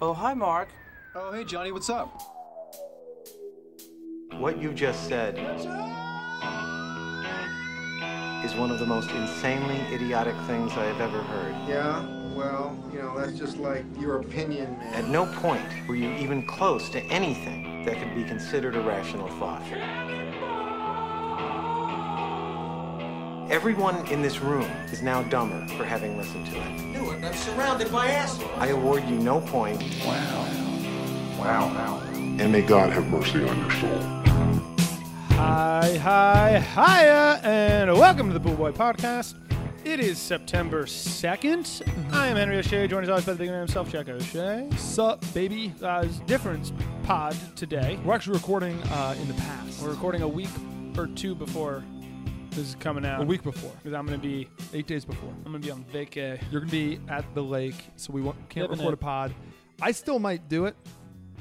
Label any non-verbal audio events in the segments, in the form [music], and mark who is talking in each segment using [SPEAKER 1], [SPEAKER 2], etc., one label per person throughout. [SPEAKER 1] Oh, hi, Mark.
[SPEAKER 2] Oh, hey, Johnny, what's up?
[SPEAKER 3] What you just said is one of the most insanely idiotic things I have ever heard.
[SPEAKER 4] Yeah, well, you know, that's just like your opinion, man.
[SPEAKER 3] At no point were you even close to anything that could be considered a rational thought. Everyone in this room is now dumber for having listened to it.
[SPEAKER 5] Do it. I'm surrounded by assholes.
[SPEAKER 3] I award you no point.
[SPEAKER 6] Wow. Wow. wow. And may God have mercy on your soul.
[SPEAKER 7] Hi, hi, hiya, and welcome to the Boo Boy Podcast. It is September 2nd. I am Henry O'Shea, joined as always by the big man himself, Jack O'Shea.
[SPEAKER 8] Sup, baby?
[SPEAKER 7] Uh, it's difference pod today.
[SPEAKER 8] We're actually recording uh, in the past.
[SPEAKER 7] We're recording a week or two before this is coming out.
[SPEAKER 8] a week before,
[SPEAKER 7] Because I'm going to be,
[SPEAKER 8] eight days before.
[SPEAKER 7] I'm going to be on vacay.
[SPEAKER 8] You're gonna be at the lake, so we won't, can't
[SPEAKER 7] Living
[SPEAKER 8] record
[SPEAKER 7] it.
[SPEAKER 8] a pod. I still might do it.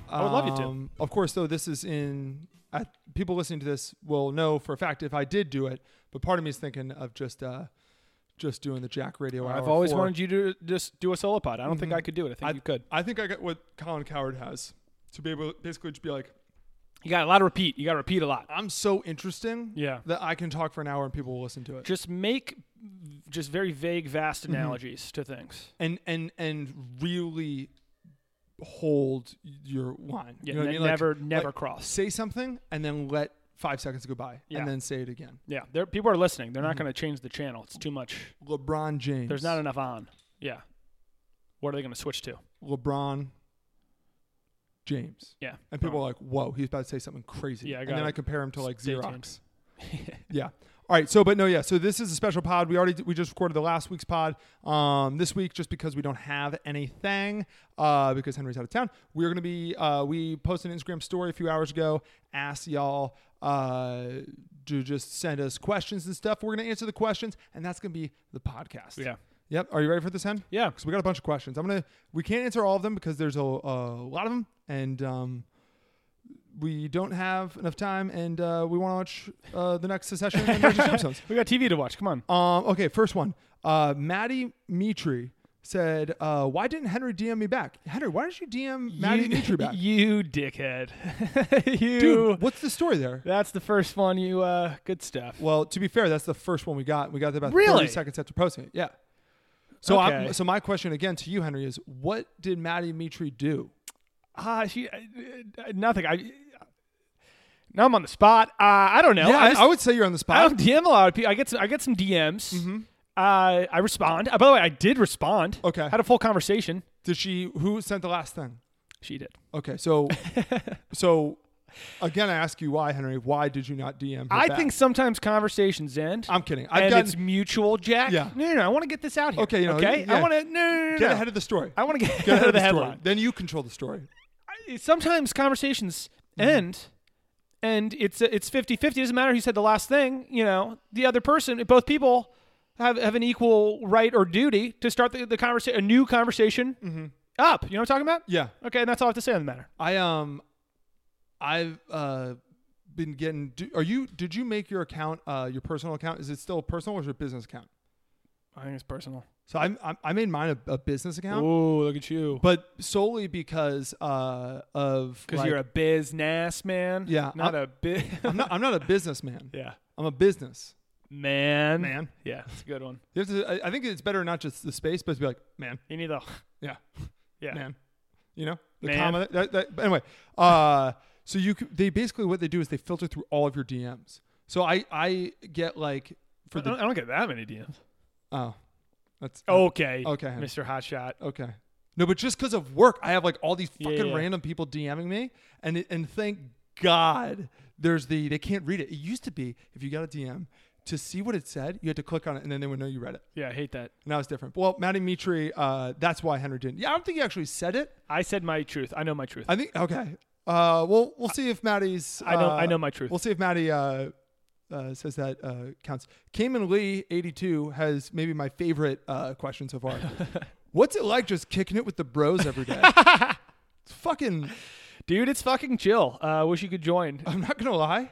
[SPEAKER 7] I would love you to.
[SPEAKER 8] to. Of course, though, this is in. I, people listening to this will know for a fact if I did do it. But part of me is thinking of just, uh, just doing the Jack Radio. Mm-hmm.
[SPEAKER 7] I've always wanted you to just do a solo pod. I don't think I could do it. I think
[SPEAKER 8] I
[SPEAKER 7] you could.
[SPEAKER 8] I think I got what Colin Coward has to be able, basically, just be like,
[SPEAKER 7] You got a lot of repeat. You got to repeat a lot.
[SPEAKER 8] I'm so interesting,
[SPEAKER 7] Yeah.
[SPEAKER 8] that I can talk for an hour and people will listen to it.
[SPEAKER 7] Just make just very vague, vast
[SPEAKER 8] Mm-hmm.
[SPEAKER 7] analogies to things.
[SPEAKER 8] and and and really hold your line. you
[SPEAKER 7] Yeah,
[SPEAKER 8] know what I
[SPEAKER 7] ne-
[SPEAKER 8] mean? Like-
[SPEAKER 7] never- never
[SPEAKER 8] like,
[SPEAKER 7] cross.
[SPEAKER 8] Say something and then let five seconds go by,
[SPEAKER 7] Yeah.
[SPEAKER 8] and then say it again.
[SPEAKER 7] Yeah, there, people are listening. They're
[SPEAKER 8] Mm-hmm.
[SPEAKER 7] not going to change the channel. It's too much.
[SPEAKER 8] LeBron James.
[SPEAKER 7] There's not enough on. Yeah. What are they going to switch to?
[SPEAKER 8] LeBron James.
[SPEAKER 7] Yeah.
[SPEAKER 8] And people are like, "Whoa, he's about to say something crazy."
[SPEAKER 7] Yeah, I
[SPEAKER 8] and
[SPEAKER 7] got
[SPEAKER 8] then
[SPEAKER 7] it.
[SPEAKER 8] I compare him to like
[SPEAKER 7] Stay
[SPEAKER 8] Xerox.
[SPEAKER 7] tuned.
[SPEAKER 8] [laughs] Yeah. All right. So, but no, yeah. So this is a special pod. We already we just recorded the last week's pod. Um, this week, just because we don't have anything, uh, because Henry's out of town, we're gonna be uh, we posted an Instagram story a few hours ago. Asked y'all uh to just send us questions and stuff. We're gonna answer the questions, and that's gonna be the podcast.
[SPEAKER 7] Yeah.
[SPEAKER 8] Yep. Are you ready for this, Hen?
[SPEAKER 7] Yeah.
[SPEAKER 8] Because we got a bunch of questions. I'm gonna we can't answer all of them because there's a, a lot of them, and um, we don't have enough time, and uh, we want to watch uh, the next session of Emergency
[SPEAKER 7] [laughs]
[SPEAKER 8] Gemstones.
[SPEAKER 7] We got TV to watch. Come on.
[SPEAKER 8] Um, okay, first one. Uh, Maddie Mitri said, uh, "Why didn't Henry DM me back? Henry, why did you DM Maddie
[SPEAKER 7] you,
[SPEAKER 8] Mitri back?
[SPEAKER 7] [laughs] You dickhead. [laughs] you.
[SPEAKER 8] Dude, what's the story there?"
[SPEAKER 7] That's the first one. You uh, good stuff.
[SPEAKER 8] Well, to be fair, that's the first one we got. We got that about
[SPEAKER 7] Really?
[SPEAKER 8] 30 seconds after posting it. Yeah. So, I,
[SPEAKER 7] Okay.
[SPEAKER 8] so my question again to you, Henry, is what did Maddie Mitri do?
[SPEAKER 7] Ah, she uh, uh, nothing. I now I'm on the spot. Uh, I don't know.
[SPEAKER 8] yeah, I,
[SPEAKER 7] I, just,
[SPEAKER 8] I would say you're on the spot.
[SPEAKER 7] I don't DM a lot of people. I get some, I get some DMs.
[SPEAKER 8] Mm-hmm.
[SPEAKER 7] Uh, I respond. Uh, by the way, I did respond.
[SPEAKER 8] Okay.
[SPEAKER 7] had a full conversation.
[SPEAKER 8] Did she? Who sent the last thing?
[SPEAKER 7] She did.
[SPEAKER 8] Okay,
[SPEAKER 7] [laughs]
[SPEAKER 8] so, so again, I ask you why, Henry? Why did you not DM? Her
[SPEAKER 7] I
[SPEAKER 8] back?
[SPEAKER 7] think sometimes conversations end.
[SPEAKER 8] I'm kidding. I've
[SPEAKER 7] and
[SPEAKER 8] gotten-
[SPEAKER 7] it's mutual, Jack.
[SPEAKER 8] Yeah.
[SPEAKER 7] No, no, no. I want to get this out here.
[SPEAKER 8] Okay, you know,
[SPEAKER 7] okay. I
[SPEAKER 8] yeah.
[SPEAKER 7] want to. No, no, no, no.
[SPEAKER 8] get
[SPEAKER 7] no.
[SPEAKER 8] ahead of the story.
[SPEAKER 7] I want to get,
[SPEAKER 8] get
[SPEAKER 7] [laughs] ahead of the
[SPEAKER 8] story.
[SPEAKER 7] headline.
[SPEAKER 8] Then you control the story.
[SPEAKER 7] Sometimes conversations
[SPEAKER 8] Mm-hmm.
[SPEAKER 7] end, and it's it's 50-50. It doesn't matter who said the last thing. You know, the other person, both people have have an equal right or duty to start the, the conversation, a new conversation
[SPEAKER 8] Mm-hmm.
[SPEAKER 7] up. You know what I'm talking about?
[SPEAKER 8] Yeah,
[SPEAKER 7] Okay, and that's all I have to say on the matter.
[SPEAKER 8] I um, I've uh been getting. Do, are you? Did you make your account? Uh, your personal account? Is it still personal or is it a business account?
[SPEAKER 7] I think it's personal.
[SPEAKER 8] So I'm, I'm I made mine a, a business account,
[SPEAKER 7] Oh, look at you.
[SPEAKER 8] but solely because uh of
[SPEAKER 7] Because
[SPEAKER 8] like-
[SPEAKER 7] you're a business man.
[SPEAKER 8] Yeah,
[SPEAKER 7] Not
[SPEAKER 8] I'm-
[SPEAKER 7] a bit. [laughs]
[SPEAKER 8] I'm not I'm not a businessman.
[SPEAKER 7] yeah.
[SPEAKER 8] I'm a business.
[SPEAKER 7] Man.
[SPEAKER 8] Man.
[SPEAKER 7] Yeah, it's a good one.
[SPEAKER 8] You have to. I, I think it's better not just the space, but to be like man,
[SPEAKER 7] You need the.
[SPEAKER 8] yeah,
[SPEAKER 7] [laughs] Yeah.
[SPEAKER 8] man. You know the
[SPEAKER 7] Man.
[SPEAKER 8] comma. That, that, but anyway, uh, so you c- they basically what they do is they filter through all of your DMs. So I I get like for
[SPEAKER 7] I don't,
[SPEAKER 8] the
[SPEAKER 7] I don't get that many DMs.
[SPEAKER 8] oh
[SPEAKER 7] Uh-huh.
[SPEAKER 8] that's
[SPEAKER 7] Okay. Oh.
[SPEAKER 8] Okay.
[SPEAKER 7] Mr. Hotshot.
[SPEAKER 8] okay no, but just because of work, I have like all these
[SPEAKER 7] Yeah,
[SPEAKER 8] fucking
[SPEAKER 7] yeah.
[SPEAKER 8] random people DMing me, and it- and thank God there's the they can't read it. It used to be if you got a DM to see what it said, you had to click on it, and then they would know you read it.
[SPEAKER 7] Yeah, I hate that.
[SPEAKER 8] Now it's different. Well, Matty Mitri, uh, that's why Henry didn't. Yeah, I don't think he actually said it.
[SPEAKER 7] I said my truth. I know my truth.
[SPEAKER 8] I think okay. Uh, well, we'll see if Maddie's.
[SPEAKER 7] I know-
[SPEAKER 8] uh,
[SPEAKER 7] I know my truth.
[SPEAKER 8] We'll see if Maddie uh, uh, says that uh, counts. Cayman Lee eighty two has maybe my favorite uh, question so
[SPEAKER 7] [laughs]
[SPEAKER 8] far. What's it like just kicking it with the bros every day? it's fucking.
[SPEAKER 7] [laughs] Dude, it's fucking chill. Uh, wish you could join.
[SPEAKER 8] I'm not gonna lie.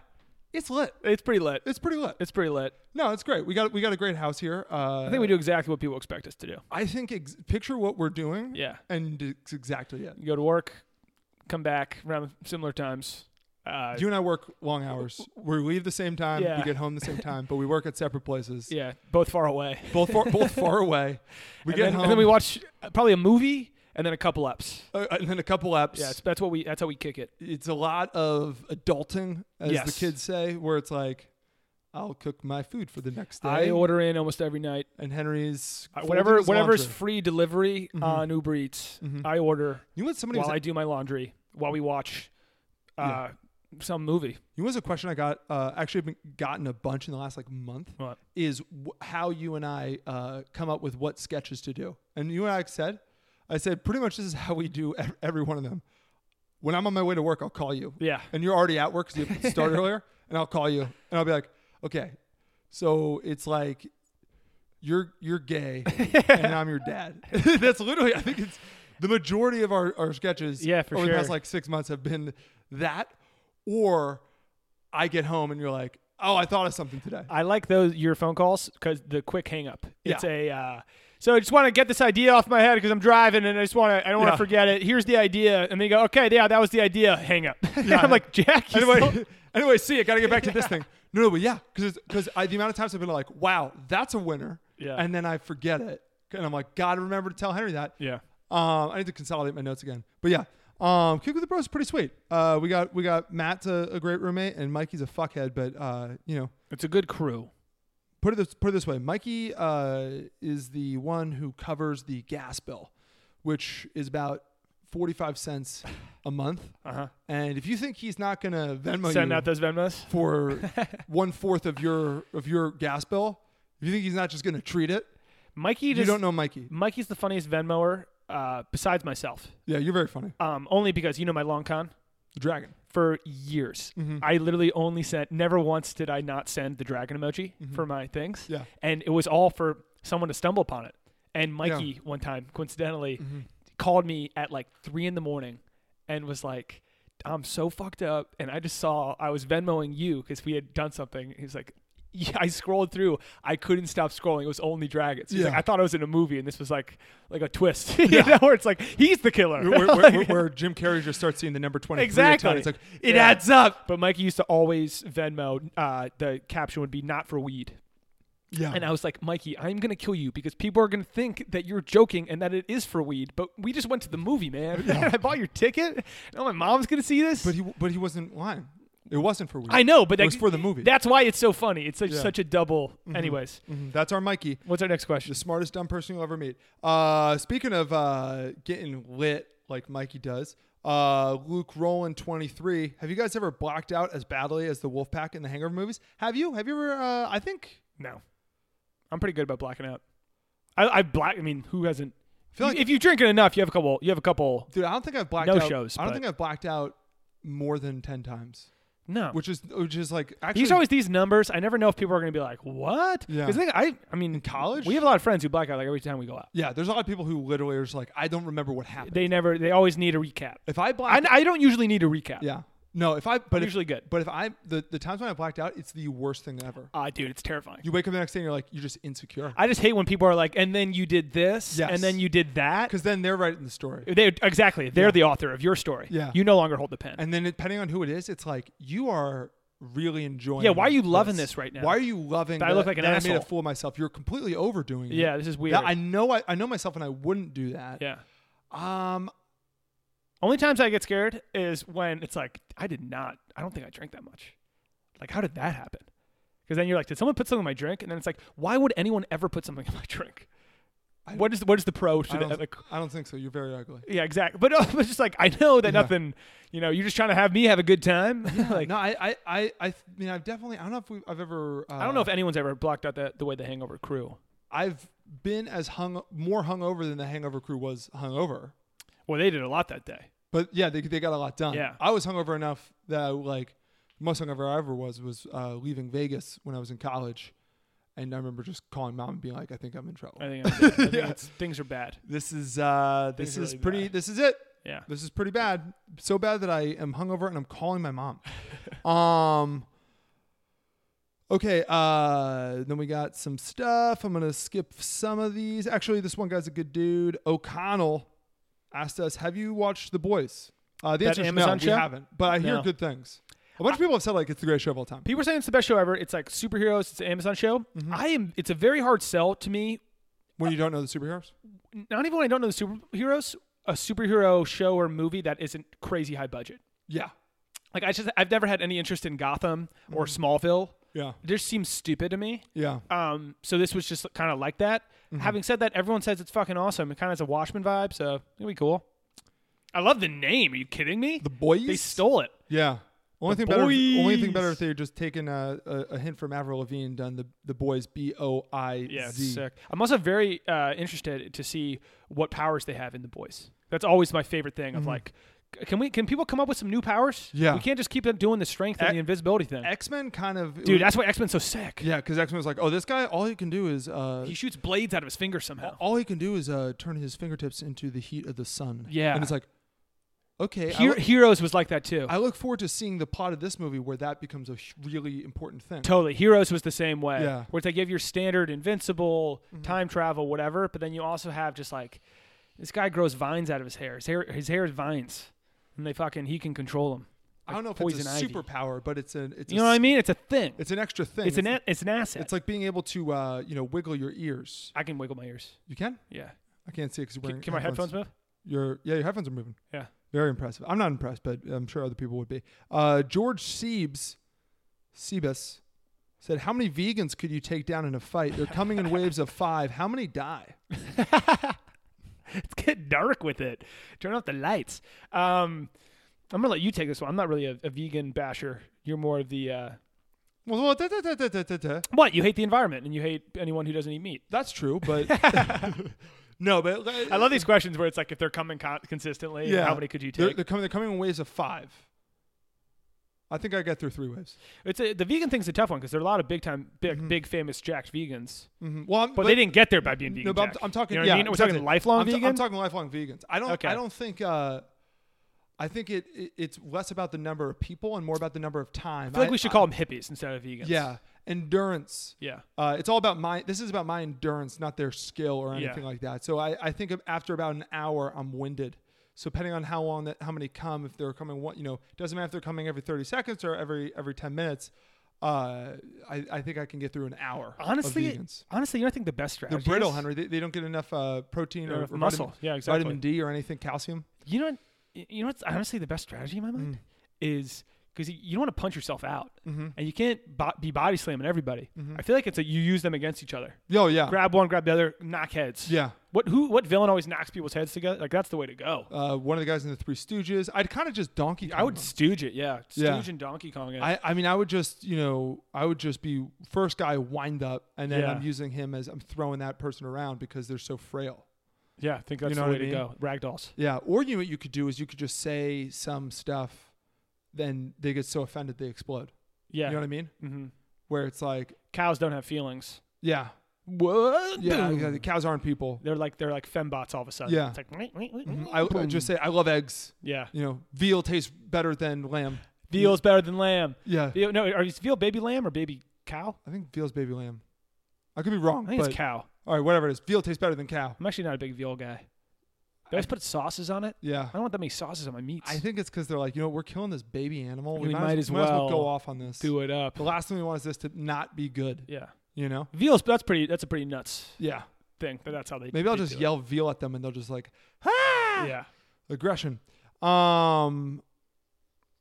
[SPEAKER 8] It's lit.
[SPEAKER 7] It's pretty lit.
[SPEAKER 8] It's pretty lit.
[SPEAKER 7] It's pretty lit.
[SPEAKER 8] no, it's great. We got we got a great house here. Uh,
[SPEAKER 7] I think we do exactly what people expect us to do.
[SPEAKER 8] I think ex- picture what we're doing.
[SPEAKER 7] Yeah.
[SPEAKER 8] and it's exactly it.
[SPEAKER 7] You go to work, come back around similar times. Uh,
[SPEAKER 8] You and I work long hours. We leave the same time.
[SPEAKER 7] Yeah.
[SPEAKER 8] We get home the same time, but we work at separate places.
[SPEAKER 7] yeah, both far away.
[SPEAKER 8] both far,
[SPEAKER 7] [laughs]
[SPEAKER 8] both far away. We
[SPEAKER 7] and,
[SPEAKER 8] get
[SPEAKER 7] then,
[SPEAKER 8] home
[SPEAKER 7] and then we watch uh, probably a movie and then a couple ups.
[SPEAKER 8] uh, and then a couple apps.
[SPEAKER 7] Yeah, it's, that's what we. That's how we kick it.
[SPEAKER 8] it's a lot of adulting, as the
[SPEAKER 7] Yes.
[SPEAKER 8] kids say, where it's like, I'll cook my food for the next day.
[SPEAKER 7] I order in almost every night.
[SPEAKER 8] and Henry's
[SPEAKER 7] I-
[SPEAKER 8] folding
[SPEAKER 7] whatever
[SPEAKER 8] his
[SPEAKER 7] whatever's
[SPEAKER 8] laundry.
[SPEAKER 7] free delivery on Uber Eats, I order
[SPEAKER 8] you know what somebody was,
[SPEAKER 7] while I do my laundry while we watch uh, some movie.
[SPEAKER 8] you know what's a question I got uh, actually I've been gotten a bunch in the last like month
[SPEAKER 7] What?
[SPEAKER 8] is wh- how you and I uh, come up with what sketches to do. And you and I said, I said pretty much this is how we do [laughs] ev- every one of them. When I'm on my way to work, I'll call you.
[SPEAKER 7] Yeah.
[SPEAKER 8] And you're already at work because you
[SPEAKER 7] [laughs]
[SPEAKER 8] started earlier, and I'll call you, and I'll be like, okay, so it's like you're you're gay,
[SPEAKER 7] [laughs]
[SPEAKER 8] and I'm your dad. [laughs] That's literally, I think it's the majority of our, our sketches.
[SPEAKER 7] Yeah, for
[SPEAKER 8] over the past
[SPEAKER 7] sure.
[SPEAKER 8] like six months have been that, or I get home and you're like, oh, I thought of something today.
[SPEAKER 7] I like those your phone calls because the quick hang up. It's a uh, so I just want to get this idea off my head because I'm driving and I just want to I don't want to
[SPEAKER 8] Yeah.
[SPEAKER 7] forget it. Here's the idea, and they go, okay, yeah, that was the idea. Hang up. [laughs] I'm like Jack. you still- [laughs]
[SPEAKER 8] anyway, [laughs] anyway, see, I gotta get back to this thing. No, no, but yeah, because because the amount of times I've been like, wow, that's a winner,
[SPEAKER 7] Yeah.
[SPEAKER 8] and then I forget it, and I'm like, gotta remember to tell Henry that.
[SPEAKER 7] Yeah.
[SPEAKER 8] Um, I need to consolidate my notes again, but yeah. Um, Kick with the Bros is pretty sweet. Uh, we got we got Matt's a, a great roommate, and Mikey's a fuckhead, but uh, you know,
[SPEAKER 7] It's a good crew.
[SPEAKER 8] put it this, put it this way: Mikey uh, is the one who covers the gas bill, which is about forty five cents a month.
[SPEAKER 7] Uh-huh.
[SPEAKER 8] And if you think he's not gonna Venmo
[SPEAKER 7] Send
[SPEAKER 8] you,
[SPEAKER 7] out those Venmos.
[SPEAKER 8] [laughs] for one fourth of your of your gas bill. If you think he's not just going to treat it,
[SPEAKER 7] Mikey,
[SPEAKER 8] you
[SPEAKER 7] just,
[SPEAKER 8] don't know Mikey.
[SPEAKER 7] Mikey's the funniest Venmoer uh, besides myself.
[SPEAKER 8] Yeah, you're very funny.
[SPEAKER 7] Um, only because you know my long con
[SPEAKER 8] The dragon.
[SPEAKER 7] for years.
[SPEAKER 8] Mm-hmm.
[SPEAKER 7] I literally only sent. Never once did I not send the dragon emoji for my things.
[SPEAKER 8] Mm-hmm. Yeah.
[SPEAKER 7] and it was all for someone to stumble upon it. And Mikey one time coincidentally
[SPEAKER 8] Mm-hmm.
[SPEAKER 7] called me at like three in the morning and was like. I'm so fucked up, and I just saw I was Venmoing you because we had done something. He's like, [laughs] yeah, I scrolled through, I couldn't stop scrolling. It was only dragons. He's like,
[SPEAKER 8] Yeah.
[SPEAKER 7] I thought I was in a movie, and this was like, like a twist, [laughs] you know, where it's like he's the killer.
[SPEAKER 8] [laughs] Where, where,
[SPEAKER 7] [laughs] Like-
[SPEAKER 8] where, [laughs] where Jim Carrey just starts seeing the number twenty.
[SPEAKER 7] [laughs] Exactly.
[SPEAKER 8] It's like it
[SPEAKER 7] Yeah.
[SPEAKER 8] adds up.
[SPEAKER 7] But Mikey used to always Venmo. Uh, the caption would be "not for weed,"
[SPEAKER 8] Yeah.
[SPEAKER 7] and I was like, Mikey, I'm gonna kill you because people are gonna think that you're joking and that it is for weed. But we just went to the movie, man. [laughs] I bought your ticket. Now my mom's gonna see this.
[SPEAKER 8] but he but he wasn't lying. It wasn't for weed.
[SPEAKER 7] I know, but
[SPEAKER 8] it
[SPEAKER 7] that-
[SPEAKER 8] was for the movie.
[SPEAKER 7] That's why it's so funny. It's such,
[SPEAKER 8] Yeah.
[SPEAKER 7] such a double. Anyways,
[SPEAKER 8] Mhm. that's our Mikey.
[SPEAKER 7] what's our next question?
[SPEAKER 8] the smartest dumb person you'll ever meet. Uh, speaking of uh, getting lit like Mikey does, uh, Luke Roland twenty three. Have you guys ever blacked out as badly as the Wolfpack in the Hangover movies? Have you? Have you ever? Uh, I think
[SPEAKER 7] No, I'm pretty good about blacking out. I, I black. I mean, who hasn't?
[SPEAKER 8] feel like-
[SPEAKER 7] if you drink it enough, you have a couple. You have a couple.
[SPEAKER 8] dude. I don't think I've blacked
[SPEAKER 7] No
[SPEAKER 8] out.
[SPEAKER 7] shows,
[SPEAKER 8] I don't
[SPEAKER 7] but-
[SPEAKER 8] think I've blacked out more than ten times,
[SPEAKER 7] No,
[SPEAKER 8] which is which is like actually.
[SPEAKER 7] He's always these numbers. I never know if people are going to be like, "What?"
[SPEAKER 8] Yeah.
[SPEAKER 7] 'Cause I think I, I mean, in
[SPEAKER 8] college?
[SPEAKER 7] we have a lot of friends who black out like every time we go out.
[SPEAKER 8] yeah. There's a lot of people who literally are just like, I don't remember what happened.
[SPEAKER 7] They never. They always need a recap.
[SPEAKER 8] if I black,
[SPEAKER 7] I, I don't usually need a recap.
[SPEAKER 8] yeah. No, if I but if-
[SPEAKER 7] Usually good.
[SPEAKER 8] But if I the, the times when I blacked out, it's the worst thing ever.
[SPEAKER 7] Ah, dude, it's terrifying.
[SPEAKER 8] You wake up the next day and you're like, you're just insecure.
[SPEAKER 7] I just hate when people are like, "And then you did this,
[SPEAKER 8] Yes.
[SPEAKER 7] and then you did that."
[SPEAKER 8] because then they're writing the story.
[SPEAKER 7] they exactly they're the author of your story.
[SPEAKER 8] Yeah.
[SPEAKER 7] you no longer hold the pen.
[SPEAKER 8] And then depending on who it is, it's like you are really enjoying.
[SPEAKER 7] Yeah, why are you loving this right now?
[SPEAKER 8] Why are you loving?
[SPEAKER 7] That I
[SPEAKER 8] the-
[SPEAKER 7] look like an
[SPEAKER 8] that I made
[SPEAKER 7] asshole.
[SPEAKER 8] a fool of myself. You're completely overdoing. it.
[SPEAKER 7] yeah, this is weird.
[SPEAKER 8] That- I know. I, I know myself, and I wouldn't do that.
[SPEAKER 7] yeah.
[SPEAKER 8] Um.
[SPEAKER 7] Only times I get scared is when it's like, I did not, I don't think I drank that much. Like, how did that happen? Because then you're like, did someone put something in my drink? And then it's like, why would anyone ever put something in my [laughs] drink? What is what is the pro to
[SPEAKER 8] I
[SPEAKER 7] that?
[SPEAKER 8] don't,
[SPEAKER 7] Like,
[SPEAKER 8] I don't think so. You're very ugly.
[SPEAKER 7] yeah, exactly. But, [laughs] uh, but just like, I know that nothing, you know, you're just trying to have me have a good time. [laughs] like,
[SPEAKER 8] no, I, I, I, I th- mean, I've definitely. I don't know if we, I've ever. Uh,
[SPEAKER 7] I don't know if anyone's ever blocked out that the way the Hangover crew.
[SPEAKER 8] I've been as hung more hungover than the Hangover crew was hungover.
[SPEAKER 7] Well, they did a lot that day.
[SPEAKER 8] But yeah, they, they got a lot done.
[SPEAKER 7] Yeah.
[SPEAKER 8] I was hungover enough that I, like the most hungover I ever was was uh, leaving Vegas when I was in college, and I remember just calling mom and being like, "I think I'm in trouble.
[SPEAKER 7] I [laughs] think, I'm- I think it's, things are bad.
[SPEAKER 8] This is uh, this
[SPEAKER 7] Things are
[SPEAKER 8] is
[SPEAKER 7] really
[SPEAKER 8] pretty.
[SPEAKER 7] bad.
[SPEAKER 8] This is it.
[SPEAKER 7] Yeah.
[SPEAKER 8] This is
[SPEAKER 7] [laughs]
[SPEAKER 8] pretty bad. So bad that I am hungover and I'm calling my mom. um, Okay, uh, then we got some stuff. I'm gonna skip some of these. Actually, this one guy's a good dude. O'Connell asked us, "Have you watched The Boys?" Uh, the
[SPEAKER 7] That
[SPEAKER 8] answer is no,
[SPEAKER 7] Amazon
[SPEAKER 8] we
[SPEAKER 7] show?
[SPEAKER 8] haven't. But I hear
[SPEAKER 7] No.
[SPEAKER 8] good things. A bunch of people have said like it's the greatest show of all time.
[SPEAKER 7] People are saying it's the best show ever. It's like superheroes. It's an Amazon show.
[SPEAKER 8] Mm-hmm.
[SPEAKER 7] I am. It's a very hard sell to me.
[SPEAKER 8] When you don't know the superheroes,
[SPEAKER 7] Not even when I don't know the superheroes. A superhero show or movie that isn't crazy high budget.
[SPEAKER 8] yeah,
[SPEAKER 7] Like I just, I've never had any interest in Gotham or Smallville.
[SPEAKER 8] Mm-hmm. yeah,
[SPEAKER 7] It just seems stupid to me.
[SPEAKER 8] yeah.
[SPEAKER 7] Um, so this was just kind of like that.
[SPEAKER 8] Mm-hmm.
[SPEAKER 7] Having said that, everyone says it's fucking awesome. It kind of has a Watchmen vibe, so it'll be cool. I love the name. Are you kidding me?
[SPEAKER 8] the Boys.
[SPEAKER 7] they stole it.
[SPEAKER 8] Yeah. Only thing better. Only thing
[SPEAKER 7] Boys.
[SPEAKER 8] better if they had just taken a, a, a hint from Avril Lavigne and done the the Boys B O I Z.
[SPEAKER 7] Yeah, it's sick. I'm also very uh, interested to see what powers they have in the boys. That's always my favorite thing. Of like, c- can we? Can people come up with some new powers?
[SPEAKER 8] Mm-hmm. Yeah.
[SPEAKER 7] we can't just keep them doing the strength and the invisibility thing.
[SPEAKER 8] X Men kind of
[SPEAKER 7] Dude, that's why X Men's so sick.
[SPEAKER 8] yeah, because X Men was like, oh, this guy, all he can do is uh,
[SPEAKER 7] he shoots blades out of his fingers somehow.
[SPEAKER 8] all he can do is uh, turn his fingertips into the heat of the sun.
[SPEAKER 7] Yeah.
[SPEAKER 8] and it's like, okay, I,
[SPEAKER 7] Hero-
[SPEAKER 8] look-
[SPEAKER 7] Heroes was like that too.
[SPEAKER 8] I look forward to seeing the plot of this movie where that becomes a h- really important thing.
[SPEAKER 7] Totally. Heroes was the same way.
[SPEAKER 8] Yeah. Mm-hmm.
[SPEAKER 7] Where it's like you have your standard invincible, time travel, whatever, but then you also have just like this guy grows vines out of his hair. His hair his hair is vines. And they fucking he can control them.
[SPEAKER 8] I don't know if
[SPEAKER 7] Poison
[SPEAKER 8] it's a
[SPEAKER 7] Ivy.
[SPEAKER 8] superpower, but it's an it's
[SPEAKER 7] You
[SPEAKER 8] a
[SPEAKER 7] know what I
[SPEAKER 8] s-
[SPEAKER 7] mean? It's a thing.
[SPEAKER 8] It's an extra thing.
[SPEAKER 7] it's an e- a- it's an asset.
[SPEAKER 8] it's like being able to uh, you know wiggle your ears.
[SPEAKER 7] I can wiggle my ears.
[SPEAKER 8] You can.
[SPEAKER 7] Yeah.
[SPEAKER 8] I can't see because you're
[SPEAKER 7] Can,
[SPEAKER 8] wearing.
[SPEAKER 7] can my headphones move? [laughs]
[SPEAKER 8] Your yeah, your headphones are moving.
[SPEAKER 7] Yeah.
[SPEAKER 8] Very impressive. I'm not impressed, but I'm sure other people would be. Uh, George Siebes, Siebes said, "How many vegans could you take down in a fight? They're coming in waves of five. How many die?" [laughs]
[SPEAKER 7] It's get dark with it. Turn off the lights. Um I'm gonna let you take this one. I'm not really a, a vegan basher. You're more of the uh
[SPEAKER 8] Well, well, da, da, da, da, da, da, da.
[SPEAKER 7] what? You hate the environment and you hate anyone who doesn't eat meat.
[SPEAKER 8] that's true,
[SPEAKER 7] [laughs]
[SPEAKER 8] but [laughs] no, but uh,
[SPEAKER 7] I love these questions where it's like if they're coming con- consistently,
[SPEAKER 8] Yeah,
[SPEAKER 7] how many could you
[SPEAKER 8] They're,
[SPEAKER 7] take?
[SPEAKER 8] they're coming. They're coming in waves of five. I think I get through three waves.
[SPEAKER 7] it's a, the vegan thing's a tough one because there are a lot of big time, big,
[SPEAKER 8] Mm-hmm.
[SPEAKER 7] big famous jacked vegans,
[SPEAKER 8] Mhm. Well, I'm,
[SPEAKER 7] but, they didn't get there by being vegan.
[SPEAKER 8] No, but I'm,
[SPEAKER 7] jacked.
[SPEAKER 8] I'm talking.
[SPEAKER 7] You know
[SPEAKER 8] yeah,
[SPEAKER 7] what I mean? We're
[SPEAKER 8] exactly.
[SPEAKER 7] talking lifelong
[SPEAKER 8] I'm ta-
[SPEAKER 7] vegan.
[SPEAKER 8] I'm talking lifelong vegans. I don't.
[SPEAKER 7] Okay.
[SPEAKER 8] I don't think. Uh, I think it, it. It's less about the number of people and more about the number of time.
[SPEAKER 7] I feel like we should call them hippies instead of vegans.
[SPEAKER 8] Yeah, endurance.
[SPEAKER 7] yeah.
[SPEAKER 8] Uh, it's all about my. This is about my endurance, not their skill or
[SPEAKER 7] Yeah.
[SPEAKER 8] anything like that. So I, I think of- after about an hour, I'm winded. So depending on how long that, how many come, if they're coming, one, you know, doesn't matter if they're coming every 30 seconds or every every 10 minutes. Uh, I, I think I can get through an hour. of
[SPEAKER 7] Honestly,
[SPEAKER 8] vegans.
[SPEAKER 7] honestly, you know, I think the best strategy.
[SPEAKER 8] They're brittle,
[SPEAKER 7] is-
[SPEAKER 8] Henry. They, they don't get enough uh, protein or,
[SPEAKER 7] enough
[SPEAKER 8] or
[SPEAKER 7] muscle.
[SPEAKER 8] Vitamin,
[SPEAKER 7] Yeah, exactly.
[SPEAKER 8] Vitamin D or anything, calcium.
[SPEAKER 7] You know, what- you know what's honestly the best strategy in my
[SPEAKER 8] Mm.
[SPEAKER 7] mind is because you don't want to punch yourself out,
[SPEAKER 8] Mm-hmm.
[SPEAKER 7] and you can't bo- be body slamming everybody. I feel like it's a you use them against each other.
[SPEAKER 8] Oh yeah,
[SPEAKER 7] Grab one, grab the other, knock heads.
[SPEAKER 8] yeah.
[SPEAKER 7] What who what villain always knocks people's heads together? Like that's the way to go.
[SPEAKER 8] Uh, one of the guys in the Three Stooges. I'd kind of just donkey.
[SPEAKER 7] I would
[SPEAKER 8] Kong
[SPEAKER 7] stooge it, yeah. Stooge
[SPEAKER 8] Uh-huh. Yeah.
[SPEAKER 7] and Donkey Kong it.
[SPEAKER 8] them. I, I mean, I would just, you know, I would just be first guy wind up, and then
[SPEAKER 7] Yeah.
[SPEAKER 8] I'm using him as I'm throwing that person around because they're so frail.
[SPEAKER 7] yeah, I think that's
[SPEAKER 8] know
[SPEAKER 7] the
[SPEAKER 8] what
[SPEAKER 7] way
[SPEAKER 8] I mean?
[SPEAKER 7] to go. Ragdolls.
[SPEAKER 8] Yeah. Or you, know what you could do is you could just say some stuff, then they get so offended they explode.
[SPEAKER 7] Yeah.
[SPEAKER 8] You know what I mean?
[SPEAKER 7] Mhm.
[SPEAKER 8] Where it's like,
[SPEAKER 7] Cows don't have feelings.
[SPEAKER 8] yeah,
[SPEAKER 7] What?
[SPEAKER 8] yeah, exactly. cows aren't people.
[SPEAKER 7] They're like they're like fembots all of a sudden.
[SPEAKER 8] Yeah. Mm-hmm.
[SPEAKER 7] It's like "Meow, meow, meow, meow."
[SPEAKER 8] I would just say I love eggs.
[SPEAKER 7] yeah.
[SPEAKER 8] you know, veal tastes better than lamb.
[SPEAKER 7] Veal's better than lamb.
[SPEAKER 8] Yeah.
[SPEAKER 7] Veal, no, are you veal baby lamb or baby cow?
[SPEAKER 8] I think veal's baby lamb. I could be wrong.
[SPEAKER 7] I think
[SPEAKER 8] but,
[SPEAKER 7] it's cow.
[SPEAKER 8] All right, whatever it is. Veal tastes better than cow.
[SPEAKER 7] I'm actually not a big veal guy. But I just put sauces on it.
[SPEAKER 8] Yeah.
[SPEAKER 7] I don't want that many sauces on my meats.
[SPEAKER 8] I think it's because they're like, you know, we're killing this baby animal.
[SPEAKER 7] We might as well
[SPEAKER 8] go off on this.
[SPEAKER 7] do it up.
[SPEAKER 8] The last thing we want is this to not be good.
[SPEAKER 7] Yeah.
[SPEAKER 8] You know?
[SPEAKER 7] Veal's that's pretty that's a pretty nuts
[SPEAKER 8] Yeah.
[SPEAKER 7] thing, but that's how they
[SPEAKER 8] Maybe I'll
[SPEAKER 7] they
[SPEAKER 8] just
[SPEAKER 7] do it.
[SPEAKER 8] yell veal at them and they'll just like, ah!
[SPEAKER 7] Yeah.
[SPEAKER 8] aggression. Um,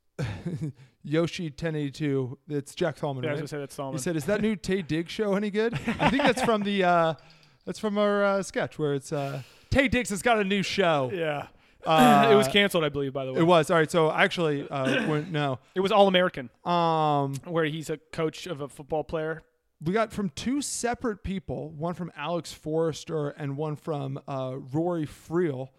[SPEAKER 8] [laughs] Yoshi 1082. It's Jack Thalman.
[SPEAKER 7] Yeah, I
[SPEAKER 8] right?
[SPEAKER 7] was gonna say that's Solomon.
[SPEAKER 8] He said, "Is that new Tay Diggs show any good?" I think that's from the uh, that's from our uh, sketch where it's uh, Tay Diggs has got a new show.
[SPEAKER 7] Yeah.
[SPEAKER 8] Uh,
[SPEAKER 7] [laughs] it was canceled, I believe, by the way.
[SPEAKER 8] It was all right. So actually, uh, when- no.
[SPEAKER 7] It was All American,
[SPEAKER 8] Um,
[SPEAKER 7] where he's a coach of a football player.
[SPEAKER 8] we got from two separate people, one from Alex Forrester and one from uh, Rory Friel,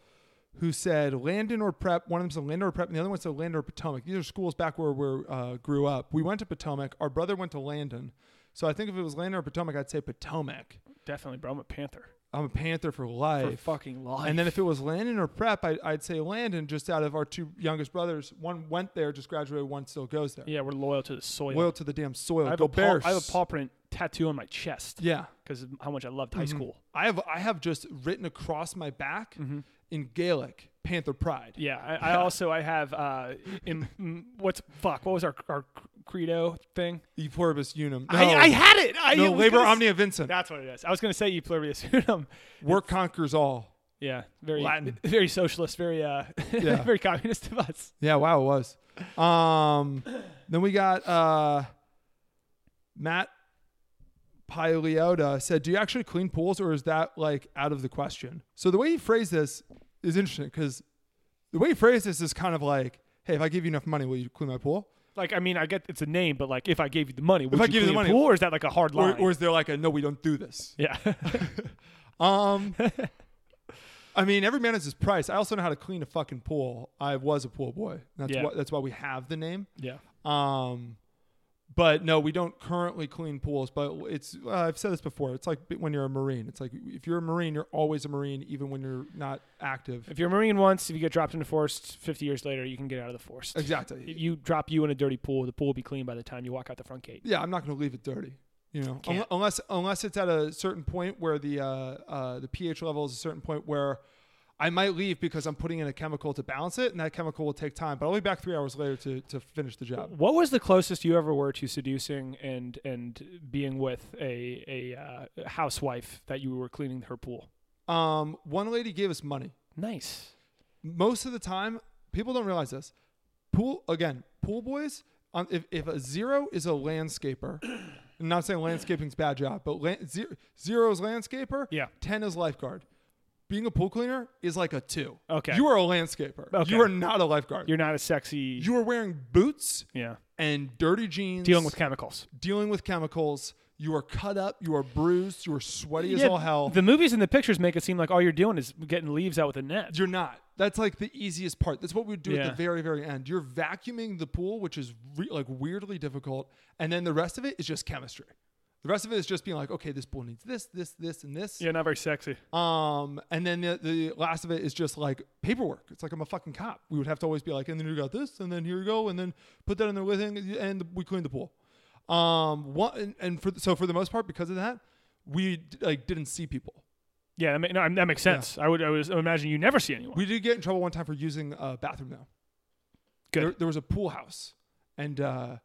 [SPEAKER 8] who said Landon or Prep. One of them's a Landon or Prep, and the other one's a Landon or Potomac. These are schools back where we uh, grew up. We went to Potomac. Our brother went to Landon. So I think if it was Landon or Potomac, I'd say Potomac.
[SPEAKER 7] Definitely, bro. I'm a Panther.
[SPEAKER 8] I'm a Panther for life.
[SPEAKER 7] fucking life.
[SPEAKER 8] And then if it was Landon or Prep, I, I'd say Landon. Just out of our two youngest brothers, one went there, just graduated. One still goes there.
[SPEAKER 7] yeah, we're loyal to the soil.
[SPEAKER 8] Loyal to the damn soil.
[SPEAKER 7] I have,
[SPEAKER 8] Go
[SPEAKER 7] a paw,
[SPEAKER 8] Bears.
[SPEAKER 7] I have a paw print tattoo on my chest.
[SPEAKER 8] Yeah. Mm-hmm.
[SPEAKER 7] because how much I loved high school.
[SPEAKER 8] I have I have just written across my back in Gaelic Panther pride.
[SPEAKER 7] Mm-hmm. Yeah,
[SPEAKER 8] [laughs]
[SPEAKER 7] I, I also I have uh, in, mm, what's fuck? What was our our credo thing?
[SPEAKER 8] E pluribus unum. No,
[SPEAKER 7] I, I had it. I
[SPEAKER 8] no
[SPEAKER 7] was
[SPEAKER 8] labor
[SPEAKER 7] gonna s-
[SPEAKER 8] omnia vincent.
[SPEAKER 7] That's what it is. I was gonna say e pluribus [laughs] unum.
[SPEAKER 8] Work conquers all.
[SPEAKER 7] Yeah, very
[SPEAKER 8] Latin.
[SPEAKER 7] [laughs] very socialist, very uh, [laughs]
[SPEAKER 8] Yeah.
[SPEAKER 7] very communist of us.
[SPEAKER 8] Yeah, wow, it was. Um, then we got uh, Matt Pileota said, "Do you actually clean pools, or is that like out of the question?" So the way he phrased this is interesting because the way he phrased this is kind of like, "Hey, if I give you enough money, will you clean my pool?"
[SPEAKER 7] Like, I mean, I get it's a name, but like, if I gave you the money, would
[SPEAKER 8] I
[SPEAKER 7] you
[SPEAKER 8] give you the
[SPEAKER 7] clean a
[SPEAKER 8] money-
[SPEAKER 7] pool, or is that like a hard
[SPEAKER 8] Or,
[SPEAKER 7] line?
[SPEAKER 8] or is there like a no, we don't do this?
[SPEAKER 7] [laughs] yeah, [laughs]
[SPEAKER 8] Um, I mean, every man has his price. I also know how to clean a fucking pool. I was a pool boy. That's
[SPEAKER 7] Yeah.
[SPEAKER 8] why, that's why we have the name.
[SPEAKER 7] yeah.
[SPEAKER 8] Um, but no, we don't currently clean pools. But it's uh, I've said this before. It's like when you're a marine. It's like if you're a marine, you're always a marine, even when you're not active.
[SPEAKER 7] If you're a marine once, if you get dropped in the forest, 50 years later, you can get out of the forest.
[SPEAKER 8] Exactly.
[SPEAKER 7] If you drop you in a dirty pool, the pool will be clean by the time you walk out the front gate.
[SPEAKER 8] Yeah, I'm not going to leave it dirty. You know, Unle-
[SPEAKER 7] Can't.
[SPEAKER 8] unless unless it's at a certain point where the uh, uh, the pH level is a certain point where I might leave because I'm putting in a chemical to balance it, and that chemical will take time. But I'll be back three hours later to to finish the job.
[SPEAKER 7] What was the closest you ever were to seducing and and being with a a uh, housewife that you were cleaning her pool?
[SPEAKER 8] Um, one lady gave us money.
[SPEAKER 7] Nice.
[SPEAKER 8] most of the time, people don't realize this. Pool again, pool boys. On if, if a zero is a landscaper, [coughs] I'm not saying landscaping's a bad job, but lan- zero, zero is landscaper.
[SPEAKER 7] Yeah.
[SPEAKER 8] ten is lifeguard. Being a pool cleaner is like a two.
[SPEAKER 7] Okay.
[SPEAKER 8] you are a landscaper.
[SPEAKER 7] Okay.
[SPEAKER 8] You are not a lifeguard.
[SPEAKER 7] You're not a sexy.
[SPEAKER 8] you are wearing boots
[SPEAKER 7] yeah.
[SPEAKER 8] and dirty jeans.
[SPEAKER 7] Dealing with chemicals.
[SPEAKER 8] dealing with chemicals. You are cut up. You are bruised. You are sweaty as
[SPEAKER 7] Yeah,
[SPEAKER 8] all hell.
[SPEAKER 7] The movies and the pictures make it seem like all you're doing is getting leaves out with a net.
[SPEAKER 8] You're not. That's like the easiest part. That's what we would do at
[SPEAKER 7] Yeah.
[SPEAKER 8] the very, very end. You're vacuuming the pool, which is re- like weirdly difficult, and then the rest of it is just chemistry. The rest of it is just being like, okay, this pool needs this, this, this, and this.
[SPEAKER 7] yeah, not very sexy.
[SPEAKER 8] Um, and then the, the last of it is just like paperwork. It's like I'm a fucking cop. We would have to always be like, and then you got this, and then here you go, and then put that in there with it, and we cleaned the pool. Um, one and, and for so for the most part, because of that, we like didn't see people.
[SPEAKER 7] Yeah, I mean, no, that makes sense. I would I would imagine you never see anyone.
[SPEAKER 8] We did get in trouble one time for using a bathroom though.
[SPEAKER 7] Good.
[SPEAKER 8] There, there was a pool house, and uh,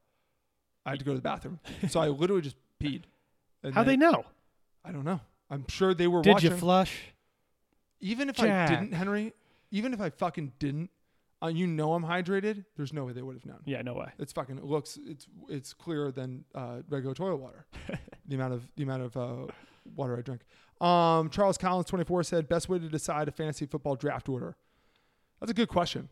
[SPEAKER 8] I had to go to the bathroom, so I literally just peed. And
[SPEAKER 7] How they
[SPEAKER 8] then-
[SPEAKER 7] know?
[SPEAKER 8] I don't know. I'm sure they were
[SPEAKER 7] Did
[SPEAKER 8] watching.
[SPEAKER 7] you flush?
[SPEAKER 8] even if
[SPEAKER 7] Jack?
[SPEAKER 8] I didn't, Henry. Even if I fucking didn't, uh, you know I'm hydrated. There's no way they would have known.
[SPEAKER 7] Yeah, no way.
[SPEAKER 8] It's fucking. It looks. It's it's clearer than uh, regular toilet
[SPEAKER 7] [laughs]
[SPEAKER 8] water. the amount of the amount of uh, water I drink. Um, Charles Collins, 24, said best way to decide a fantasy football draft order. That's a good question.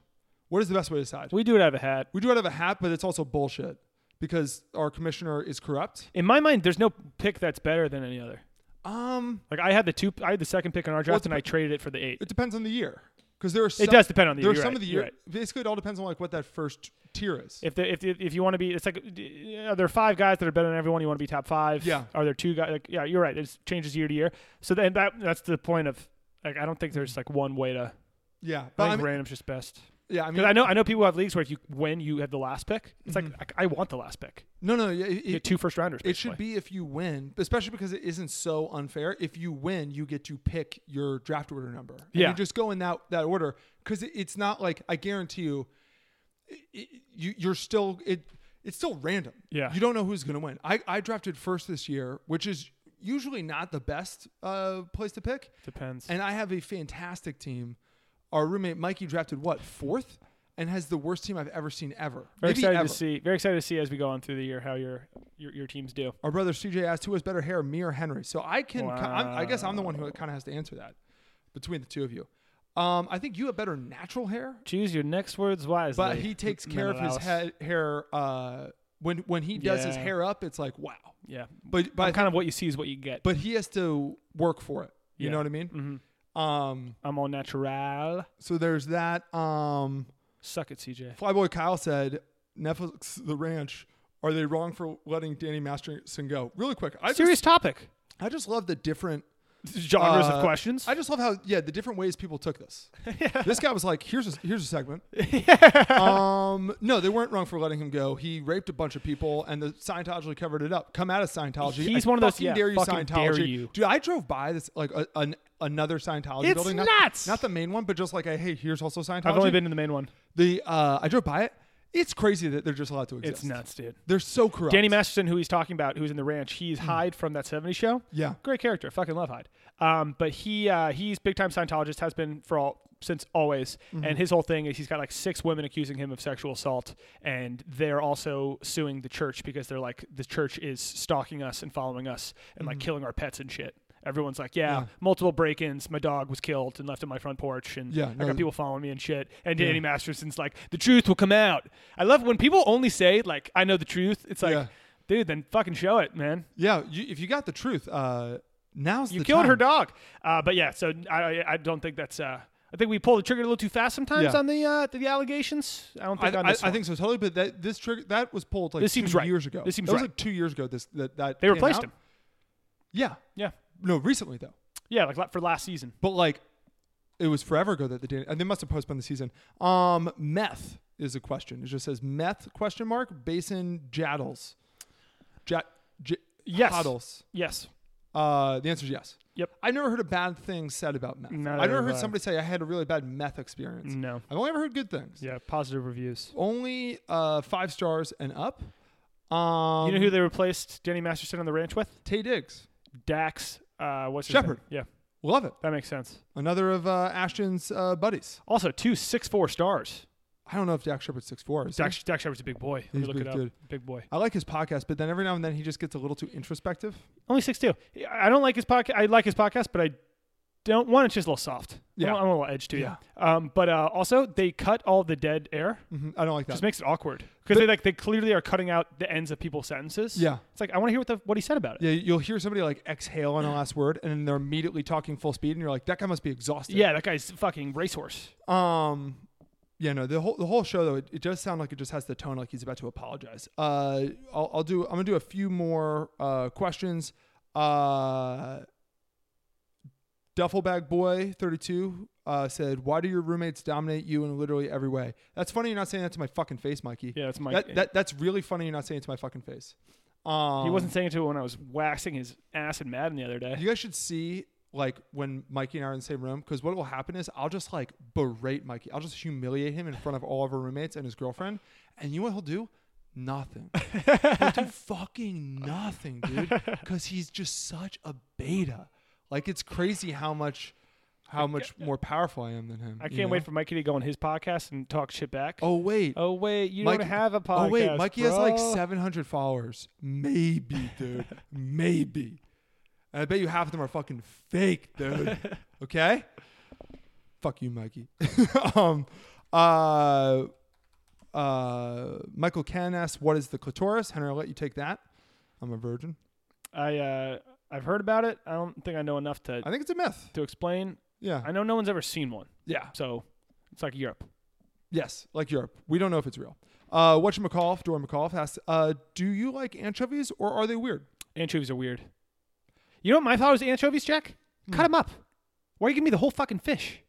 [SPEAKER 8] What is the best way to decide?
[SPEAKER 7] We do it out of a hat.
[SPEAKER 8] We do out of a hat, but it's also bullshit because our commissioner is corrupt.
[SPEAKER 7] In my mind, there's no pick that's better than any other.
[SPEAKER 8] Um,
[SPEAKER 7] Like I had the two, I had the second pick in our draft,
[SPEAKER 8] it's a
[SPEAKER 7] and I traded it for the eight.
[SPEAKER 8] it depends on the year because there are. Some,
[SPEAKER 7] does depend on the
[SPEAKER 8] there
[SPEAKER 7] year,
[SPEAKER 8] are
[SPEAKER 7] you're
[SPEAKER 8] some
[SPEAKER 7] right,
[SPEAKER 8] of the year.
[SPEAKER 7] you're
[SPEAKER 8] Basically, it all depends on like what that first tier is.
[SPEAKER 7] If the, if the, if you want to be, it's like uh, are there five guys that are better than everyone? You want to be top five?
[SPEAKER 8] Yeah.
[SPEAKER 7] Are there two guys? Like, yeah, you're right. It changes year to year. So then that that's the point of like I don't think there's like one way to.
[SPEAKER 8] yeah,
[SPEAKER 7] I
[SPEAKER 8] but
[SPEAKER 7] think
[SPEAKER 8] I mean,
[SPEAKER 7] random's just best.
[SPEAKER 8] yeah, I mean,
[SPEAKER 7] Because I know I know people have leagues where if you win, you have the last pick. It's like I, I want the last pick.
[SPEAKER 8] no, no, yeah, it,
[SPEAKER 7] You
[SPEAKER 8] it-
[SPEAKER 7] get two first rounders.
[SPEAKER 8] Mm-hmm. it should
[SPEAKER 7] basically.
[SPEAKER 8] be if you win, especially because it isn't so unfair. If you win, you get to pick your draft order number. And
[SPEAKER 7] Yeah.
[SPEAKER 8] you just go in that that order because it, it's not like I guarantee you, i- i you you're still it it's still random.
[SPEAKER 7] Yeah.
[SPEAKER 8] you don't know who's gonna win. I I drafted first this year, which is usually not the best uh place to pick.
[SPEAKER 7] depends.
[SPEAKER 8] And I have a fantastic team. Our roommate Mikey drafted what fourth, and has the worst team I've ever seen ever.
[SPEAKER 7] very
[SPEAKER 8] Maybe
[SPEAKER 7] excited
[SPEAKER 8] ever.
[SPEAKER 7] to see. Very excited to see as we go on through the year how your your, your teams do.
[SPEAKER 8] Our brother CJ asked who has better hair, me or Henry. So I can, I'm, I guess I'm the one who kind of has to answer that between the two of you. Um, I think you have better natural hair,
[SPEAKER 7] Choose your next words wisely.
[SPEAKER 8] but he takes care of his
[SPEAKER 7] Menelaus.
[SPEAKER 8] head, hair. Uh, when when he does his
[SPEAKER 7] Yeah.
[SPEAKER 8] hair up, it's like wow.
[SPEAKER 7] Yeah,
[SPEAKER 8] But but I
[SPEAKER 7] but
[SPEAKER 8] think-
[SPEAKER 7] kind of what you see is what you get.
[SPEAKER 8] but he has to work for it. You
[SPEAKER 7] Yeah. Mm-hmm.
[SPEAKER 8] know what I mean? Um,
[SPEAKER 7] I'm all natural.
[SPEAKER 8] so there's that. Um,
[SPEAKER 7] Suck it, CJ.
[SPEAKER 8] Flyboy Kyle said Netflix, The Ranch. Are they wrong for letting Danny Masterson go? Really quick, I just
[SPEAKER 7] Serious topic.
[SPEAKER 8] I just love the different
[SPEAKER 7] Genres
[SPEAKER 8] Uh,
[SPEAKER 7] of questions.
[SPEAKER 8] I just love how yeah the different ways people took
[SPEAKER 7] [laughs]
[SPEAKER 8] this. This guy was like, here's a, here's a segment. Um, no, they weren't wrong for letting him go. He raped a bunch of people, and the Scientology covered it up. Come out of Scientology.
[SPEAKER 7] He's
[SPEAKER 8] I
[SPEAKER 7] one of those-
[SPEAKER 8] fucking
[SPEAKER 7] yeah,
[SPEAKER 8] dare you
[SPEAKER 7] fucking dare
[SPEAKER 8] Scientology.
[SPEAKER 7] you.
[SPEAKER 8] Dude, I drove by this like a, an, another Scientology
[SPEAKER 7] It's
[SPEAKER 8] building.
[SPEAKER 7] nuts.
[SPEAKER 8] Not, not the main one, but just like a, hey, here's also Scientology.
[SPEAKER 7] I've only been to the main one.
[SPEAKER 8] the uh, I drove by it. It's crazy that they're just allowed to exist.
[SPEAKER 7] It's nuts, dude.
[SPEAKER 8] They're so corrupt.
[SPEAKER 7] Danny Masterson, who he's talking about, who's in the ranch, he's Hyde from that '70s show.
[SPEAKER 8] Hmm. Yeah.
[SPEAKER 7] great character. Fucking love Hyde. Um, but he uh, he's big time Scientologist, has been for all since always.
[SPEAKER 8] Mm-hmm.
[SPEAKER 7] And his whole thing is he's got like six women accusing him of sexual assault, and they're also suing the church because they're like the church is stalking us and following us and
[SPEAKER 8] Mm-hmm.
[SPEAKER 7] like killing our pets and shit. Everyone's like, yeah, multiple break-ins. My dog was killed and left on my front porch, and
[SPEAKER 8] Yeah,
[SPEAKER 7] I
[SPEAKER 8] no,
[SPEAKER 7] got people following me and shit. And Danny Masterson's like, the truth will come out. I love when people only say like, I know the truth. It's like,
[SPEAKER 8] Yeah.
[SPEAKER 7] dude, then fucking show it, man.
[SPEAKER 8] Yeah, you, if you got the truth, uh, now's
[SPEAKER 7] You
[SPEAKER 8] the
[SPEAKER 7] killed
[SPEAKER 8] time.
[SPEAKER 7] her dog. Uh, but yeah, so I, I- I don't think that's. Uh, I think we pull the trigger a little too fast sometimes
[SPEAKER 8] Yeah.
[SPEAKER 7] on the uh, the allegations. I don't
[SPEAKER 8] I,
[SPEAKER 7] think on
[SPEAKER 8] I,
[SPEAKER 7] this
[SPEAKER 8] I
[SPEAKER 7] one.
[SPEAKER 8] think so totally. But that this trigger that was pulled like
[SPEAKER 7] This seems
[SPEAKER 8] two
[SPEAKER 7] right.
[SPEAKER 8] years ago.
[SPEAKER 7] This seems
[SPEAKER 8] that was
[SPEAKER 7] right.
[SPEAKER 8] like two years ago. This that that
[SPEAKER 7] they
[SPEAKER 8] came
[SPEAKER 7] replaced
[SPEAKER 8] out.
[SPEAKER 7] him.
[SPEAKER 8] Yeah,
[SPEAKER 7] Yeah,
[SPEAKER 8] no, recently though.
[SPEAKER 7] yeah, like la- for last season.
[SPEAKER 8] But like, it was forever ago that the Dan- and they must have postponed the season. Um, meth is a question. It just says meth question mark Basin Jaddles. Jat. J-
[SPEAKER 7] Yes.
[SPEAKER 8] Jaddles.
[SPEAKER 7] Yes.
[SPEAKER 8] Uh, the answer is yes.
[SPEAKER 7] Yep.
[SPEAKER 8] I've never heard a bad thing said about meth.
[SPEAKER 7] Neither
[SPEAKER 8] I've never
[SPEAKER 7] have
[SPEAKER 8] heard
[SPEAKER 7] I.
[SPEAKER 8] somebody say I had a really bad meth experience.
[SPEAKER 7] No.
[SPEAKER 8] I've only ever heard good things.
[SPEAKER 7] Yeah. Positive reviews.
[SPEAKER 8] Only uh, five stars and up. Um,
[SPEAKER 7] you know who they replaced Danny Masterson on the ranch with?
[SPEAKER 8] Tay Diggs.
[SPEAKER 7] Dax. Uh, what's his
[SPEAKER 8] Shepard.
[SPEAKER 7] name? Yeah,
[SPEAKER 8] Love it.
[SPEAKER 7] that makes sense.
[SPEAKER 8] Another of uh, Ashton's uh, buddies.
[SPEAKER 7] Also, two six four stars.
[SPEAKER 8] I don't know if Dak Shepard's six four.
[SPEAKER 7] Dax, Dax Shepard's a big boy. Let me
[SPEAKER 8] He's
[SPEAKER 7] look
[SPEAKER 8] big,
[SPEAKER 7] it up.
[SPEAKER 8] dude.
[SPEAKER 7] Big boy.
[SPEAKER 8] I like his podcast, but then every now and then he just gets a little too introspective.
[SPEAKER 7] Only six two. I don't like his podcast. I like his podcast, but I don't want it's just a little soft.
[SPEAKER 8] Yeah.
[SPEAKER 7] I want, I want a little edge to it. Um, but uh, also they cut all the dead air.
[SPEAKER 8] Mhm. I don't like that.
[SPEAKER 7] Just makes it awkward because they like they clearly are cutting out the ends of people's sentences.
[SPEAKER 8] Yeah.
[SPEAKER 7] It's like I want to hear what the, what he said about it.
[SPEAKER 8] yeah, you'll hear somebody like exhale on the last word, and then they're immediately talking full speed, and you're like, that guy must be exhausted.
[SPEAKER 7] Yeah, that guy's fucking racehorse.
[SPEAKER 8] Um. Yeah. No. The whole the whole show though, it, it does sound like it just has the tone like he's about to apologize. Uh, I'll, I'll do. I'm gonna do a few more uh questions. Uh, Duffelbag Boy 32 uh said, "Why do your roommates dominate you in literally every way?" That's funny. You're not saying that to my fucking face, Mikey.
[SPEAKER 7] Yeah, that's Mike-
[SPEAKER 8] That, that that's really funny. You're not saying it to my fucking face. Um,
[SPEAKER 7] he wasn't saying it to it when I was waxing his ass and Madden the other day.
[SPEAKER 8] you guys should see like when Mikey and I are in the same room because what will happen is I'll just like berate Mikey. I'll just humiliate him in front of all of our roommates and his girlfriend. And you know what he'll do? Nothing. he'll
[SPEAKER 7] [laughs]
[SPEAKER 8] do fucking nothing, dude. Because he's just such a beta. Like it's crazy how much, how much more powerful I am than him.
[SPEAKER 7] I can't wait for Mikey to go on his podcast and talk shit back.
[SPEAKER 8] Oh wait.
[SPEAKER 7] Oh, wait, you
[SPEAKER 8] Mikey-
[SPEAKER 7] don't have a podcast.
[SPEAKER 8] Oh wait, Mikey has like
[SPEAKER 7] bro.
[SPEAKER 8] 700 followers, maybe,
[SPEAKER 7] [laughs]
[SPEAKER 8] dude, maybe. And I bet you half of them are fucking fake,
[SPEAKER 7] [laughs]
[SPEAKER 8] dude. Okay. Fuck you, Mikey. [laughs] um, uh, uh, Michael Cannon asks, "What is the clitoris?" Henry, I'll let you take that. I'm a virgin.
[SPEAKER 7] I uh, I've heard about it. I don't think I know enough to
[SPEAKER 8] I think it's a myth.
[SPEAKER 7] to explain.
[SPEAKER 8] Yeah.
[SPEAKER 7] I know no one's ever seen one,
[SPEAKER 8] yeah.
[SPEAKER 7] so it's like Europe.
[SPEAKER 8] Yes, like Europe. We don't know if it's real. Uh, Watch McAuliffe, Dora McAuliffe asks, uh, "Do you like anchovies or are they weird?"
[SPEAKER 7] Anchovies are weird. You know what my thought was anchovies, Jack?
[SPEAKER 8] Hmm.
[SPEAKER 7] Cut 'em Cut them up. Why are you giving me the whole fucking fish?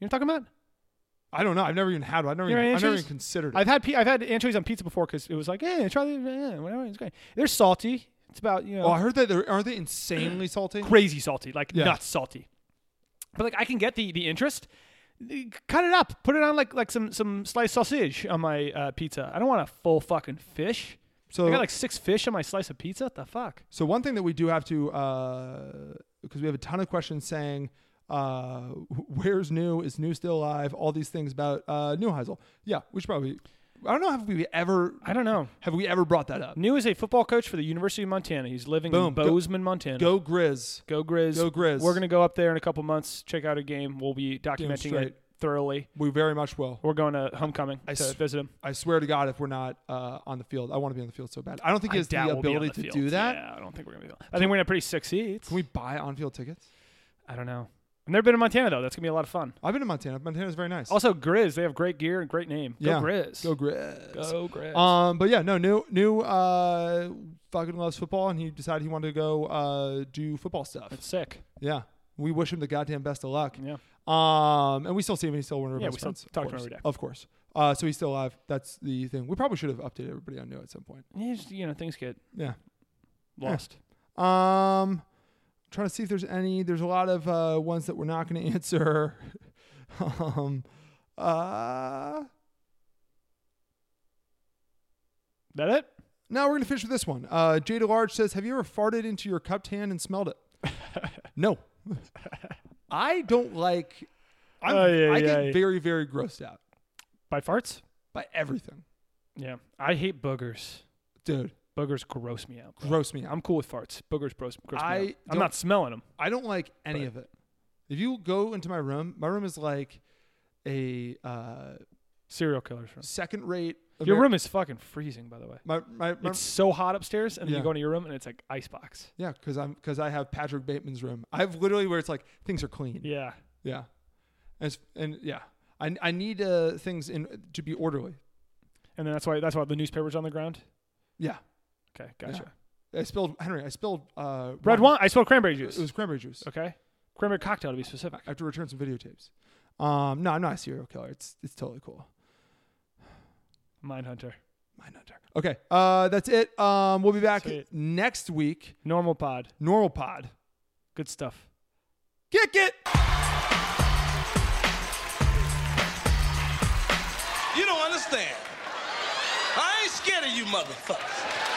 [SPEAKER 7] You know what I'm talking about?
[SPEAKER 8] I don't know. I've never even had one. I've never,
[SPEAKER 7] You know
[SPEAKER 8] even, I've never
[SPEAKER 7] anchovies?
[SPEAKER 8] even considered. it.
[SPEAKER 7] I've had pe- I've had anchovies on pizza before because it was like, yeah, try the yeah, whatever. It's great. They're salty. It's about you know
[SPEAKER 8] Oh, I heard that they're aren't they [clears throat] insanely salty?
[SPEAKER 7] crazy salty, like
[SPEAKER 8] Yeah.
[SPEAKER 7] nuts salty. But like I can get the the interest. Cut it up. Put it on like like some some sliced sausage on my uh, pizza. I don't want a full fucking fish.
[SPEAKER 8] So,
[SPEAKER 7] I got like six fish on my slice of pizza. What the fuck?
[SPEAKER 8] so one thing that we do have to, because we have a ton of questions saying, uh, wh- "Where's new? Is new still alive?" All these things about uh, Newhousel. Yeah, we should probably. I don't know. Have we ever?
[SPEAKER 7] I don't know.
[SPEAKER 8] Have we ever brought that up?
[SPEAKER 7] New is a football coach for the University of Montana. He's living
[SPEAKER 8] Boom.
[SPEAKER 7] in
[SPEAKER 8] Go-
[SPEAKER 7] Bozeman, Montana.
[SPEAKER 8] Go Grizz.
[SPEAKER 7] go Grizz.
[SPEAKER 8] Go Grizz.
[SPEAKER 7] We're gonna go up there in a couple months. Check out a game. We'll be documenting
[SPEAKER 8] straight.
[SPEAKER 7] it thoroughly.
[SPEAKER 8] We very much will.
[SPEAKER 7] We're going to homecoming to
[SPEAKER 8] s-
[SPEAKER 7] visit him.
[SPEAKER 8] I swear to God, if we're not uh, on the field, I want to be on the field so bad. I don't think he has
[SPEAKER 7] doubt
[SPEAKER 8] the
[SPEAKER 7] we'll be on
[SPEAKER 8] ability
[SPEAKER 7] the
[SPEAKER 8] to
[SPEAKER 7] field.
[SPEAKER 8] do that.
[SPEAKER 7] Yeah, I don't think we're gonna be. I think we're gonna have pretty sick seats.
[SPEAKER 8] Can we buy on-field tickets?
[SPEAKER 7] I don't know. I've never been to Montana though. That's gonna be a lot of fun.
[SPEAKER 8] I've been to Montana. Montana's very nice.
[SPEAKER 7] Also, Grizz. They have great gear and great name. Go Grizz.
[SPEAKER 8] Go Grizz.
[SPEAKER 7] Go Grizz.
[SPEAKER 8] Um, but yeah, no, new new uh, fucking loves football, and he decided he wanted to go uh, do football stuff.
[SPEAKER 7] Sick.
[SPEAKER 8] yeah, we wish him the goddamn best of luck.
[SPEAKER 7] Yeah.
[SPEAKER 8] Um, and we still see him. and He's still one of our
[SPEAKER 7] Yeah,
[SPEAKER 8] best
[SPEAKER 7] we still
[SPEAKER 8] friends.
[SPEAKER 7] talk to
[SPEAKER 8] of
[SPEAKER 7] him
[SPEAKER 8] course.
[SPEAKER 7] every day.
[SPEAKER 8] Of course. Uh, so he's still alive. That's the thing. We probably should have updated everybody on new at some point.
[SPEAKER 7] You, just, you know, things get
[SPEAKER 8] Yeah.
[SPEAKER 7] lost.
[SPEAKER 8] Um, trying to see if there's any. There's a lot of uh, ones that we're not going to [laughs] answer. um, uh,
[SPEAKER 7] That it?
[SPEAKER 8] now we're going to finish with this one. Uh, Jada Large says, "Have you ever farted into your cupped hand and smelled
[SPEAKER 7] [laughs]
[SPEAKER 8] it?" no. I don't like. I'm,
[SPEAKER 7] Ay, ay,
[SPEAKER 8] I get
[SPEAKER 7] ay.
[SPEAKER 8] very, very grossed out
[SPEAKER 7] By farts?
[SPEAKER 8] by everything,
[SPEAKER 7] Yeah. I hate boogers.
[SPEAKER 8] dude.
[SPEAKER 7] Boogers gross me out. bro.
[SPEAKER 8] Gross me out.
[SPEAKER 7] I'm cool with farts. Boogers gross, gross
[SPEAKER 8] I
[SPEAKER 7] me out.
[SPEAKER 8] don't-
[SPEAKER 7] I'm not smelling them.
[SPEAKER 8] I don't like any of it. If you go into my room, my room is like a uh,
[SPEAKER 7] Serial killers. Room.
[SPEAKER 8] second-rate.
[SPEAKER 7] Your
[SPEAKER 8] Ameri-
[SPEAKER 7] room is fucking freezing, by the way.
[SPEAKER 8] My my, my
[SPEAKER 7] It's so hot upstairs, and then
[SPEAKER 8] Yeah.
[SPEAKER 7] you go into your room and it's like icebox.
[SPEAKER 8] Yeah, because I'm because I have Patrick Bateman's room. I've literally where it's like things are clean. Yeah,
[SPEAKER 7] Yeah.
[SPEAKER 8] And, it's, and yeah, I I need uh, things in to be orderly.
[SPEAKER 7] And then that's why that's why the newspaper's on the ground.
[SPEAKER 8] Yeah,
[SPEAKER 7] Okay, gotcha.
[SPEAKER 8] I spilled Henry. I spilled uh,
[SPEAKER 7] Red wine. I smell cranberry
[SPEAKER 8] It
[SPEAKER 7] juice.
[SPEAKER 8] was cranberry juice.
[SPEAKER 7] okay. Cranberry cocktail to be specific.
[SPEAKER 8] I have to return some videotapes. Um, no, I'm not a serial killer. It's it's totally cool.
[SPEAKER 7] Mindhunter.
[SPEAKER 8] Mindhunter. Okay, uh, that's it. Um, we'll be back
[SPEAKER 7] Sweet.
[SPEAKER 8] next week.
[SPEAKER 7] Normal pod.
[SPEAKER 8] Normal pod.
[SPEAKER 7] Good stuff.
[SPEAKER 8] Kick it.
[SPEAKER 5] You don't understand. I ain't scared of you motherfuckers.